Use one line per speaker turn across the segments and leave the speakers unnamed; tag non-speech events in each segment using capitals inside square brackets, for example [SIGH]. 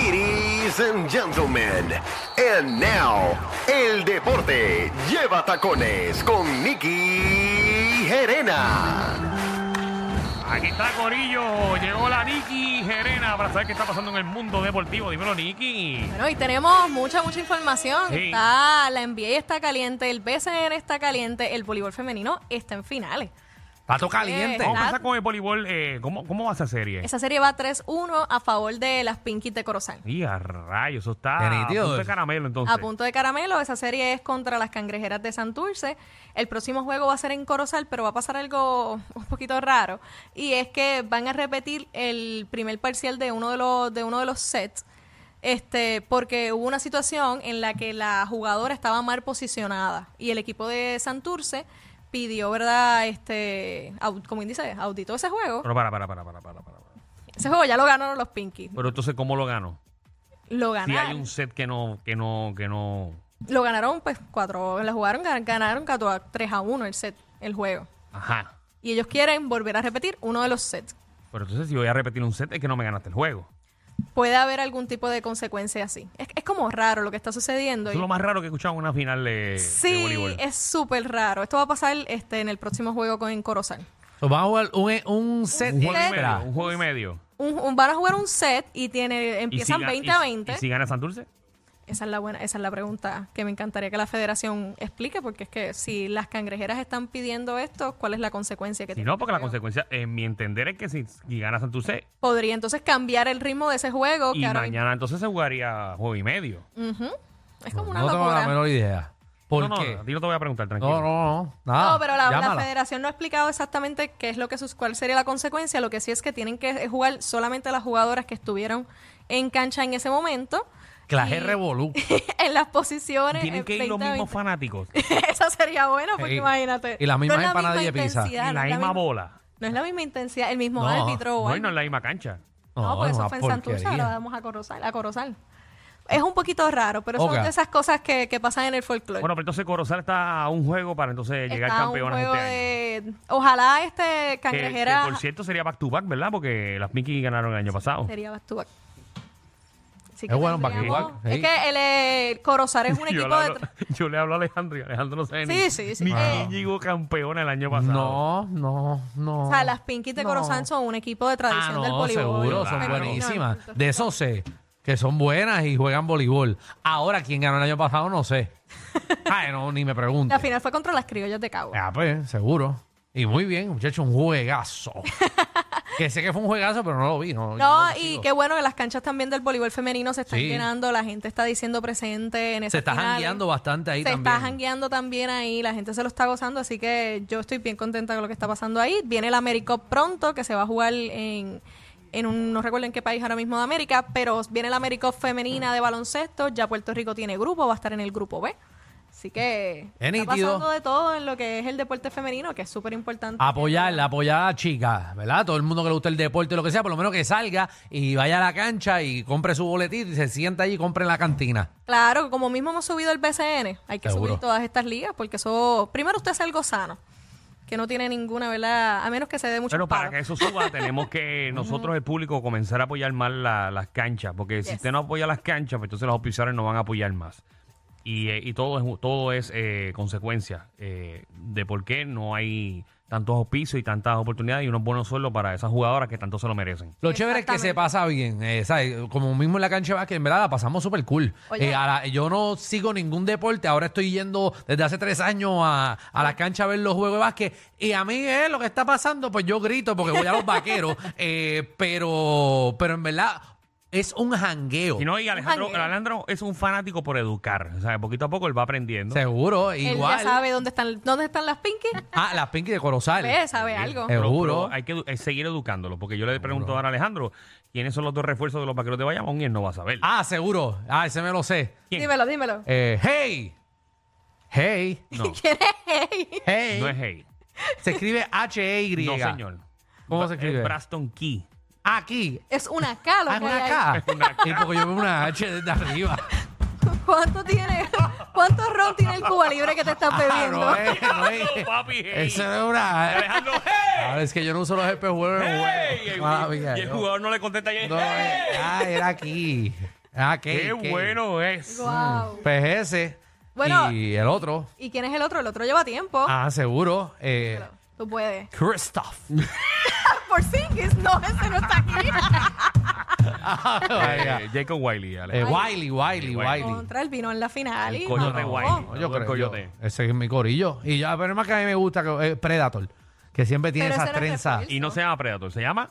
Ladies and gentlemen, and now, el deporte lleva tacones con Nicky Gerena.
Aquí está Corillo, llegó la Niki Gerena para saber qué está pasando en el mundo deportivo. Dímelo, Niki.
Bueno, y tenemos mucha, mucha información.
Sí.
Está, la NBA está caliente, el BCN está caliente, el voleibol femenino está en finales.
Pato
caliente.
¿Cómo
¿Verdad?
pasa con el voleibol? Eh, ¿cómo, ¿Cómo va esa serie?
Esa serie va 3-1 a favor de las Pinkies de Corozal.
Y a rayos, eso está
Qué
a
nítido
punto de
eso.
caramelo entonces.
A punto de caramelo, esa serie es contra las cangrejeras de Santurce. El próximo juego va a ser en Corozal, pero va a pasar algo un poquito raro. Y es que van a repetir el primer parcial de uno de los, de uno de los sets. Este, porque hubo una situación en la que la jugadora estaba mal posicionada. Y el equipo de Santurce pidió, ¿verdad? Este, au- ¿cómo dice? Auditó ese juego.
Pero para, para, para, para, para, para. para.
Ese juego ya lo ganaron los Pinkies.
Pero entonces, ¿cómo lo ganó?
Lo
Si hay
ganaron.
un set que no, que no, que no.
Lo ganaron, pues, cuatro. La jugaron, gan- ganaron 4 3 a 1 el set, el juego.
Ajá.
Y ellos quieren volver a repetir uno de los sets.
Pero entonces, si voy a repetir un set, es que no me ganaste el juego.
Puede haber algún tipo de consecuencia así. Es, es como raro lo que está sucediendo.
Eso es lo más raro que he escuchado en una final de, de
sí,
voleibol.
es súper raro. Esto va a pasar este, en el próximo juego con en Corozal.
Vamos a jugar un, un set
Un juego y
extra.
medio. Un juego y medio.
Un- un- van a jugar un set y tiene
¿Y
empiezan
si ga-
20
y-
a 20.
¿Y si gana Santurce?
Esa es la buena, esa es la pregunta que me encantaría que la federación explique, porque es que si las cangrejeras están pidiendo esto, ¿cuál es la consecuencia que
Si
tiene?
no, porque la
Creo.
consecuencia, en mi entender, es que si, si gana Santurce,
Podría entonces cambiar el ritmo de ese juego.
y
claro,
mañana entonces se jugaría juego y medio.
Ujú. Es como una
No tengo
locura.
la menor idea. ¿Por
no, no,
qué?
a ti no te voy a preguntar, tranquilo.
No, no, no. Nada.
No, pero la, la
ah, Llámala.
federación no ha explicado exactamente qué es lo que sus, cuál sería la consecuencia. Lo que sí es que tienen que jugar solamente las jugadoras que estuvieron en cancha en ese momento. [LAUGHS]
Claje
Y-
revolú.
en las posiciones.
Tienen
eh,
que ir los
20-20.
mismos
[LAUGHS]
fanáticos.
Esa sería buena, porque
Sí.
imagínate.
Y las mismas
no es la misma
empanadillas de pizza.
intensidad,
y
no
la
es
misma bola.
No es la misma intensidad, el mismo
No,
árbitro. o
No, y
algo.
no en la misma cancha.
[LAUGHS] No, pues
es
eso
una
fue en Santurce, ahora
porquería.
vamos a Corozal, a Corozal. Es un poquito raro, pero
Ok.
son de esas cosas que, que pasan en el folclore.
Bueno, pero entonces Corozal está a un juego para entonces llegar
Está un
campeona
juego
este año.
de- Ojalá este
Que- que,
cangrejera
por cierto sería back to back, ¿verdad? Porque las Mickey ganaron el año pasado.
sería back to back. Así
Es bueno un back to
tendríamos-
back, sí.
Es que el, eh, Corozal es
[LAUGHS] yo,
un equipo
le
de...
hablo,
tra-
yo le hablo a Alejandro y Alejandro no sabe ni,
Sí, sí, sí.
ni
Ah.
quién llegó campeona el año pasado.
No, no, no.
O sea, las Pinkies de
No.
Corozal son un equipo de
Ah,
tradición
no,
del voleibol.
seguro, son
Claro.
femenino.
buenísimas. De eso sé, que son buenas y juegan voleibol. Ahora, ¿quién ganó el año pasado? No
[LAUGHS]
sé. Ay, no, ni me pregunto.
La final fue contra las criollas de Cabo.
Ah, pues, seguro. Y muy bien, muchacho, un
[LAUGHS]
juegazo. que sé que fue un juegazo, pero no lo vi.
No,
No, yo lo
y
sigo.
qué bueno que las canchas también del voleibol femenino se están
Sí.
llenando, la gente está diciendo presente en esas
Se está
finales.
jangueando bastante ahí
se
también.
está jangueando también ahí, la gente se lo está gozando, así que yo estoy bien contenta con lo que está pasando ahí. Viene el AmeriCup pronto, que se va a jugar en, en un, no recuerdo en qué país ahora mismo de América, pero viene la AmeriCup femenina de baloncesto, ya Puerto Rico tiene grupo, va a estar en el grupo B. Así que
Es
está
nítido.
pasando de todo en lo que es el deporte femenino, que es súper importante.
Apoyarla, apoyar a la chica, ¿verdad? Todo el mundo que le gusta el deporte, lo que sea, por lo menos que salga y vaya a la cancha y compre su boletito y se sienta allí y compre en la cantina.
Claro, como mismo hemos subido el BCN, hay que
Seguro.
subir todas estas ligas porque eso, primero usted es algo sano, que no tiene ninguna, ¿verdad? A menos que se dé mucho
Pero para que eso suba, tenemos que nosotros, el público, comenzar a apoyar más la- las canchas. Porque si
Yes.
usted no apoya las canchas, pues entonces los auspiciadores no van a apoyar más. Y, eh, y todo es, todo es eh, consecuencia eh, de por qué no hay tantos auspicios y tantas oportunidades y unos buenos sueldos para esas jugadoras que tanto se lo merecen.
Lo chévere es que se
Exactamente.
pasa bien, eh, ¿sabes? Como mismo en la cancha de básquet, en verdad la pasamos súper cool.
Oye.
Eh, a la- yo no sigo ningún deporte, ahora estoy yendo desde hace tres años a, a la cancha a ver los juegos de básquet y a mí es lo que está pasando, pues yo grito porque voy a
[LAUGHS]
los vaqueros, eh, pero, pero en verdad es un jangueo.
Y no, y Alejandro,
jangueo.
Alejandro es un fanático por educar. O sea, poquito a poco él va aprendiendo.
Seguro,
Él
igual.
ya sabe dónde están, dónde están las
[LAUGHS]
pinkies, [LAUGHS]
Ah, las Pinky de Corozal.
ve, sabe algo.
Eh,
Pero-
Seguro.
pero hay que edu- eh, seguir educándolo, porque yo le pregunto ahora a Alejandro quiénes son los dos refuerzos de los vaqueros de Bayamón y él no va a saber.
Ah, seguro. Ah, ese me lo sé.
¿quién?
Dímelo, dímelo. [LAUGHS]
Eh, hey. Hey.
No,
¿Quién es Hey?
Hey.
no es hey.
Se escribe E H-E-Y.
No, señor.
¿Cómo
Bra-
se escribe?
eh, Braston Key.
Aquí.
Es una K lo
Ah,
que
una
hay ahí.
K.
Es una K.
Sí, porque yo veo una H desde arriba.
[LAUGHS] ¿Cuánto tiene? ¿Cuánto ron tiene el Cuba Libre que te estás
Ah,
bebiendo?
no es, [LAUGHS] no es.
Papi, hey.
Eso es una.
Alejandro, ¡hey!
Ahora es que yo no uso los GP World.
¡Hey! Y el-
Mala mía,
y el
Ah, yo-
jugador no le contesta ya.
No,
¡hey!
eh, ah, era aquí. Ah,
¡Qué,
qué, qué.
bueno es!
Mm.
Guau.
PGS.
Bueno. Oh.
Y el otro.
¿Y quién es el otro? El otro lleva tiempo.
Ah, seguro. Eh,
Tú puedes. [LAUGHS] Ah,
Christoph.
Por Singis, no, ese no está aquí.
[LAUGHS] Eh, Jacob Wiley,
Eh,
Alejandro.
Wiley,
Wiley.
Wiley, Wiley.
Contra el vino en la final.
El
y
coño
no.
de Wiley.
No,
No,
yo
el
creo
coyote.
yo- Ese es mi corillo. Y ya, pero más que a mí me gusta que, eh, Predator, que siempre tiene
Pero
esas
ese no es
trenzas.
Reptil.
y no se llama Predator, se llama.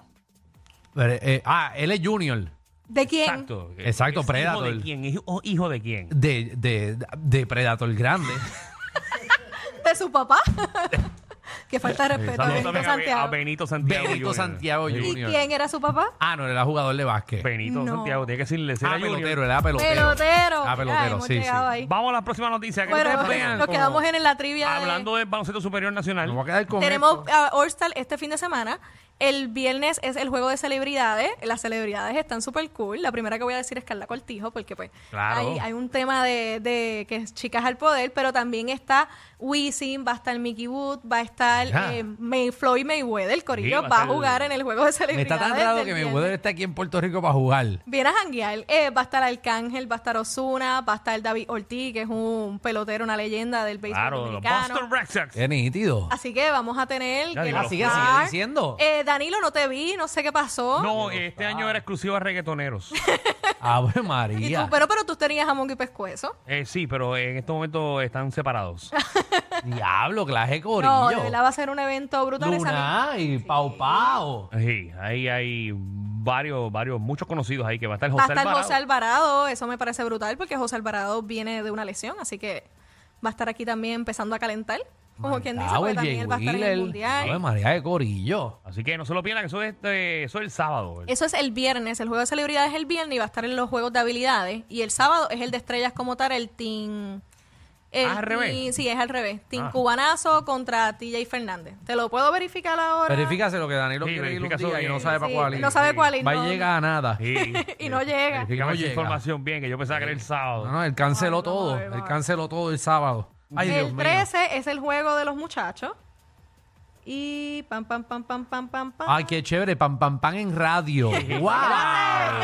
Pero, eh, ah, él es Junior.
¿De quién?
Exacto.
Exacto,
¿Es
Predator.
¿Hijo de quién? ¿Hijo- o hijo de quién?
De, de, de Predator
[LAUGHS]
grande.
¿De su
[LAUGHS]
papá? que falta de respeto a
Saludos
Benito
también a Be- a
Santiago.
Benito Santiago.
Benito
Jr..
Santiago
¿Y
Junior.
quién era su papá?
Ah, no, él era jugador de básquet.
Benito
No.
Santiago, tiene que decirle. será
Ah,
Junior.
pelotero, él era pelotero.
Pelotero.
Ah,
Mira,
pelotero,
hemos
sí, sí.
llegado ahí.
Vamos a la próxima noticia. que
Bueno,
ustedes vean
nos
cómo-
quedamos en la trivia. de-
Hablando del baloncesto superior
Me voy a
nacional.
quedar con
Tenemos
esto.
a All-Star este fin de semana. El viernes es el juego de celebridades. Las celebridades están súper cool. La primera que voy a decir es Carla Cortijo, porque pues
Claro.
hay, hay un tema de, de que es chicas al poder, pero también está Wisin, va a estar Mickey Wood, va a estar
Ya.
eh, May, Floyd Mayweather, Corillo,
Sí, va a
va a
estar-
jugar en el juego de
Me está
celebridades.
tan raro
del
que
viernes.
Mayweather está aquí en Puerto Rico para jugar.
Viene a janguear. Eh, va a estar Arcángel, va a estar Osuna, va a estar David Ortiz, que es un pelotero, una leyenda del béisbol
Claro, los
dominicano.
Boston Red Sox.
Qué nítido.
Así que vamos a tener
Ya
que
digo,
Ah,
los
sigue,
lanzar.
sigue diciendo.
Eh, Danilo, no te vi, no sé qué pasó.
No, este año era exclusivo a reggaetoneros.
Ave
Y
María.
tú, pero, pero tú tenías jamón y pescuezo.
Eh, sí, pero en estos momentos están
[LAUGHS]
separados.
Diablo, clase
No, de
corillo.
verdad va a ser un evento brutal. esa noche.
Luna y Pau Pau.
Sí, ahí hay varios, varios, muchos conocidos ahí que va a estar
va a
José
estar
Alvarado.
José Alvarado, eso me parece brutal porque José Alvarado viene de una lesión, así que va a estar aquí también empezando a calentar, como quien dice, porque
Cowell,
también
Jay
él va a estar en el
Wheeler. Ave
Mundial.
María, qué corillo.
Así que no se lo pierdan, que eso es, este, eso es el sábado.
Eso es el viernes, el juego de celebridades es el viernes y va a estar en los juegos de habilidades. Y el sábado es el de estrellas como tal, el team... el
Ah, al revés.
team- Sí, es al revés. Team
Ah.
Cubanazo contra TJ Fernández. ¿Te lo puedo verificar ahora?
Verifícase lo que Danilo
Sí,
quiere ir un
verifica
día
eso
y no
bien.
sabe para
Sí,
cuál ir.
no sabe cuál ir,
Va
no.
y llega a nada.
Sí.
[LAUGHS] y no llega.
Verifica
Dígame
no
esa
llega. Eh,
información bien, que yo pensaba que era el sábado.
No, no, él canceló
Ay, vamos
todo.
a ver, vamos
él
a ver.
canceló todo el sábado. Ay, Dios
el
mío.
13 es el juego de los muchachos. Y pam, pam, pam, pam, pam, pam, pam.
Ay, qué chévere. Pam, pam, pam
[LAUGHS]
en radio.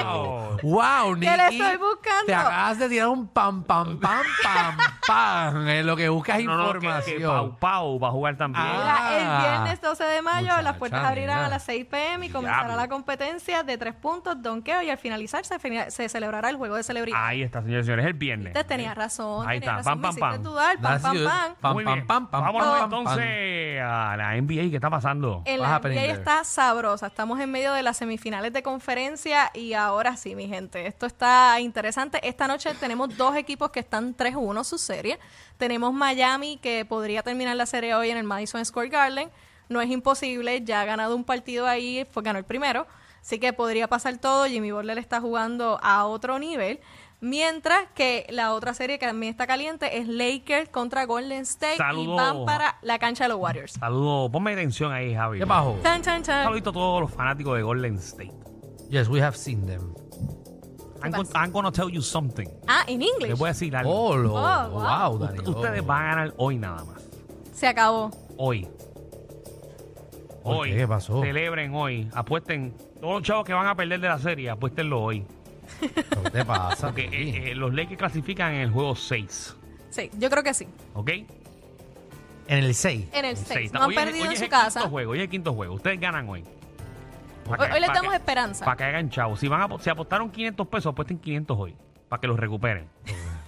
¡Wow! ¡Wow,
¿Qué le
Nicky!
estoy buscando?
Te acabas de tirar un pam, pam, pam,
[LAUGHS]
pam, pam. En lo que buscas
No, no, que, que Pau
información.
Pau va a jugar también.
Ah.
Mira, el viernes 12 de mayo
Muchacha,
las puertas abrirán
mira.
a las 6 pm y comenzará
Diablo.
la competencia de tres puntos, donqueo y al finalizar se, fina- se celebrará el juego de celebridad.
Ahí está, señores y señores, el viernes.
Usted tenía razón,
Ahí
tenía
está, pam,
razón,
pam,
me hiciste
pam.
dudar, pam,
That's
pam,
you.
pam.
Pam,
Muy
pam,
bien.
pam, pam,
Vámonos
pam,
entonces a la NBA, ¿qué está pasando?
En
Vas
la
a
NBA
aprender.
está sabrosa. Estamos en medio de las semifinales de conferencia y ahora sí, mi gente, esto está interesante. Esta noche tenemos dos equipos que están 3-1 su serie. Tenemos Miami que podría terminar la serie hoy en el Madison Square Garden. No es imposible, ya ha ganado un partido ahí, fue ganó el primero. Así que podría pasar todo. Jimmy Butler está jugando a otro nivel. Mientras que la otra serie que también está caliente es Lakers contra Golden State
Saludos.
y van para la cancha de los Warriors.
Saludos, ponme atención ahí, Javi.
¿Qué bajo?
Tan, tan, tan.
Saludito a todos los fanáticos de Golden State.
Yes, we have seen them.
I'm,
pasa?
gon- I'm gonna tell you something.
Ah, en
Les
inglés.
voy a decir algo.
Oh, lo-
Oh,
wow,
wow.
Ust-
Danilo.
Ustedes van a ganar hoy nada más.
Se acabó.
Hoy.
¿Por
Hoy.
qué? ¿Qué pasó?
Celebren hoy. Apuesten. Todos los chavos que van a perder de la serie, apuéstenlo hoy.
¿Qué te pasa?
Porque eh, eh, los Lakers clasifican en el juego 6.
Sí, yo creo que sí.
¿Ok?
En el 6.
En el
El
6.
seis.
No han
Hoy es-
perdido
hoy
en
es
su
el
casa.
Quinto
[LAUGHS]
juego, hoy es el quinto juego. Ustedes ganan hoy.
Hoy, hoy les damos esperanza.
Para que hagan chavos. Si, van a, si apostaron 500 pesos, apuesten 500 hoy. Para que los recuperen.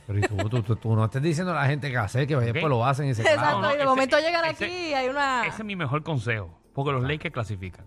Pero y tú, tú, tú- tú no estés diciendo a la gente que hacer, que después
Ok.
lo hacen y se
Exacto.
clavan.
y de
ese-
momento llegan
ese-
aquí y hay una.
Ese es mi mejor consejo. Porque
Ah.
los Lakers clasifican.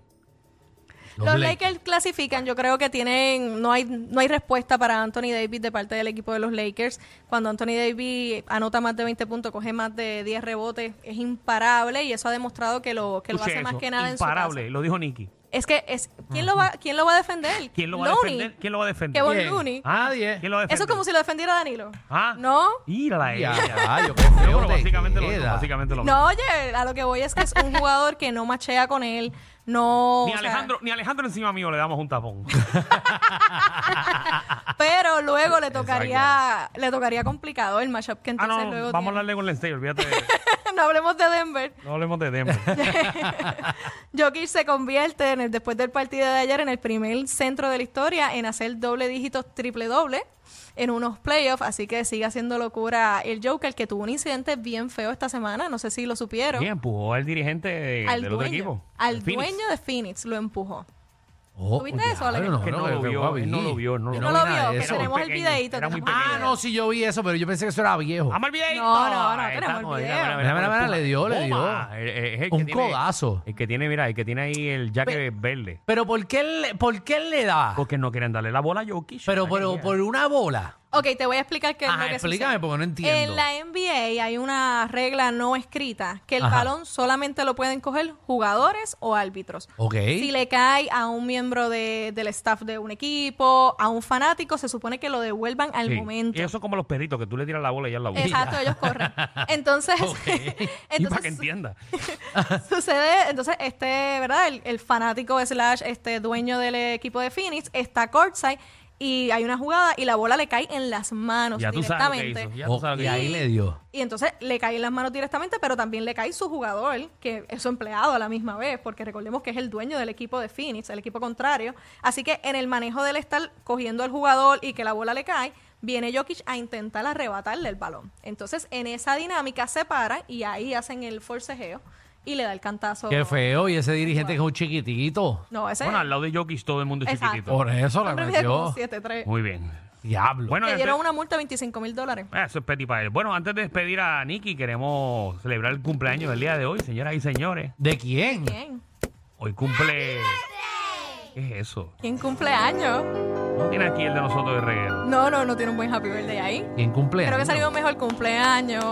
Los Lakers clasifican, yo creo que tienen, no hay, no hay respuesta para Anthony Davis de parte del equipo de los Lakers. Cuando Anthony Davis anota más de 20 puntos, coge más de 10 rebotes, es imparable y eso ha demostrado que lo, que lo
Escuche
hace más
eso,
que nada
Imparable,
en su casa.
lo dijo Nicky.
Es que es, ¿quién lo va, quién lo va a defender?
¿Quién lo va a
Looney.
defender? ¿Quién lo va a defender?
Que Von
¿Quién?
Looney.
Nadie.
¿Quién lo va a defender?
Eso es como si lo defendiera Danilo.
¿Ah?
¿No?
Mírala a
Ya,
ella.
ya, yo qué feo
Seguro,
te
básicamente lo
queda.
mismo. Básicamente lo mismo.
No, oye, a lo que voy es que es un jugador que no machea con él, no...
Ni
o sea, [LAUGHS]
Alejandro, ni Alejandro encima mío le damos un tapón.
pero luego le toca tocaría, le tocaría complicado el matchup
Ah,
que entonces luego
no, vamos a
tiene.
hablarle con Golden State, olvídate. de-
[LAUGHS] no hablemos de Denver.
No hablemos de
[LAUGHS]
Denver.
Jokic se convierte en el- después del partido de ayer en el primer centro de la historia en hacer doble dígito triple doble en unos playoffs, así que sigue haciendo locura el Joker que tuvo un incidente bien feo esta semana, no sé si lo supieron.
¿Quién empujó al dirigente de-
al
del
dueño,
otro equipo?
al
El Phoenix.
dueño de Phoenix lo empujó.
Oh,
¿Tuviste
diablo,
eso, Alejandro?
Que no
que-
lo
que
vio,
papi.
él no lo vio, no
Yo
lo
No,
vi
lo
nada
vio,
de
que
eso.
seremos-
tenemos el
pequeño,
videito.
era muy
tenemos-
Ah, no, sí, yo vi eso, pero yo pensé que eso era viejo.
¡Vamos al videito!
No, no, no,
Ah, Ahí
tenemos
estamos,
el
mira,
video.
Mira, mira, mira, le dio, le
Toma.
dio.
Eh, eh, es el que
Un
tiene-
codazo.
El que tiene, mira, el que tiene ahí el jacket verde.
Pero ¿por qué, él le- ¿por qué él le da?
Porque no quieren darle la bola a Jokic.
Pero,
Ay,
pero
mía.
por una bola.
Ok, te voy a explicar qué es
Ajá,
lo que
explícame,
sucede.
porque no entiendo.
En la NBA hay una regla no escrita que el
Ajá.
balón solamente lo pueden coger jugadores o árbitros.
Ok.
Si le cae a un miembro de- del staff de un equipo, a un fanático, se supone que lo devuelvan al
Sí.
momento.
Y eso es como los perritos, que tú le tiras la bola y ya la bola.
Exacto, ellos corren.
[LAUGHS]
Entonces,
Y para
[LAUGHS]
que
entonces [LAUGHS]
entienda.
sucede, entonces este, ¿verdad? El, el fanático slash este dueño del equipo de Phoenix está courtside y hay una jugada y la bola le cae en las manos
Ya tú sabes lo que
directamente.
hizo. Ya
Oh,
tú sabes lo
y
que
ahí
hizo.
le dio.
Y entonces le cae en las manos directamente, pero también le cae su jugador, que es su empleado a la misma vez, porque recordemos que es el dueño del equipo de Phoenix, el equipo contrario. Así que en el manejo del estar cogiendo al jugador y que la bola le cae, viene Jokic a intentar arrebatarle el balón. Entonces en esa dinámica se paran y ahí hacen el forcejeo y le da el cantazo.
Qué feo, y ese dirigente que es un chiquitito.
No, ese
Bueno, al lado de Jokic todo el mundo es
Exacto.
chiquitito.
Por eso la
hombre mide como
metió.
7'3".
Muy bien.
Diablo.
Bueno,
Le
este-
dieron una multa de 25 mil dólares.
Ah, Eso es Petty para él. Bueno, antes de despedir a Nicky, queremos celebrar el cumpleaños del día de hoy, señoras y señores.
¿De quién?
¿Quién?
Hoy cumple. ¿Qué es eso?
¿Quién cumple años?
No tiene aquí el de nosotros de reguero.
No, no, no tiene un buen happy birthday ahí.
¿Quién cumple?
Creo que
años?
salió mejor cumpleaños.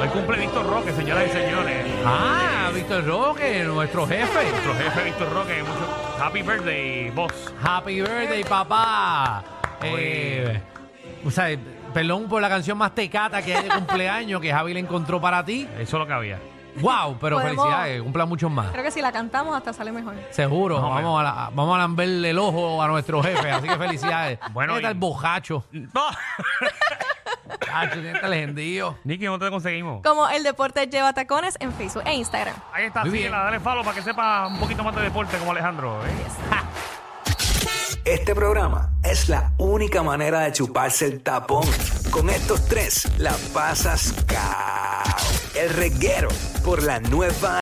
Hoy cumple Víctor Roque, señoras y señores.
Ah, Víctor Roque, nuestro jefe.
Nuestro jefe Víctor Roque, mucho. Happy birthday, boss.
Happy birthday, papá.
Oye.
Eh, o sea, perdón por la canción más tecata que hay de cumpleaños que Javi le encontró para ti.
Eso es lo que había. [LAUGHS]
Wow, pero
Podemos-
felicidades, que cumplan muchos más.
Creo que si la cantamos hasta sale mejor.
Seguro,
Más o
vamos a, la- vamos a lamberle el ojo a nuestro jefe, así que felicidades.
Bueno,
Tiene que
y-
estar bojacho,
¡No! [LAUGHS]
chacho, tiene que estar legendío.
Nicky, ¿dónde te conseguimos?
Como el deporte lleva tacones en Facebook e Instagram.
Ahí está,
Muy bien.
síguela, dale follow para que sepa un poquito más de deporte como Alejandro. ¿eh?
Este programa es la única manera de chuparse el tapón. Con estos tres la pasas cao. El reguero por la nueva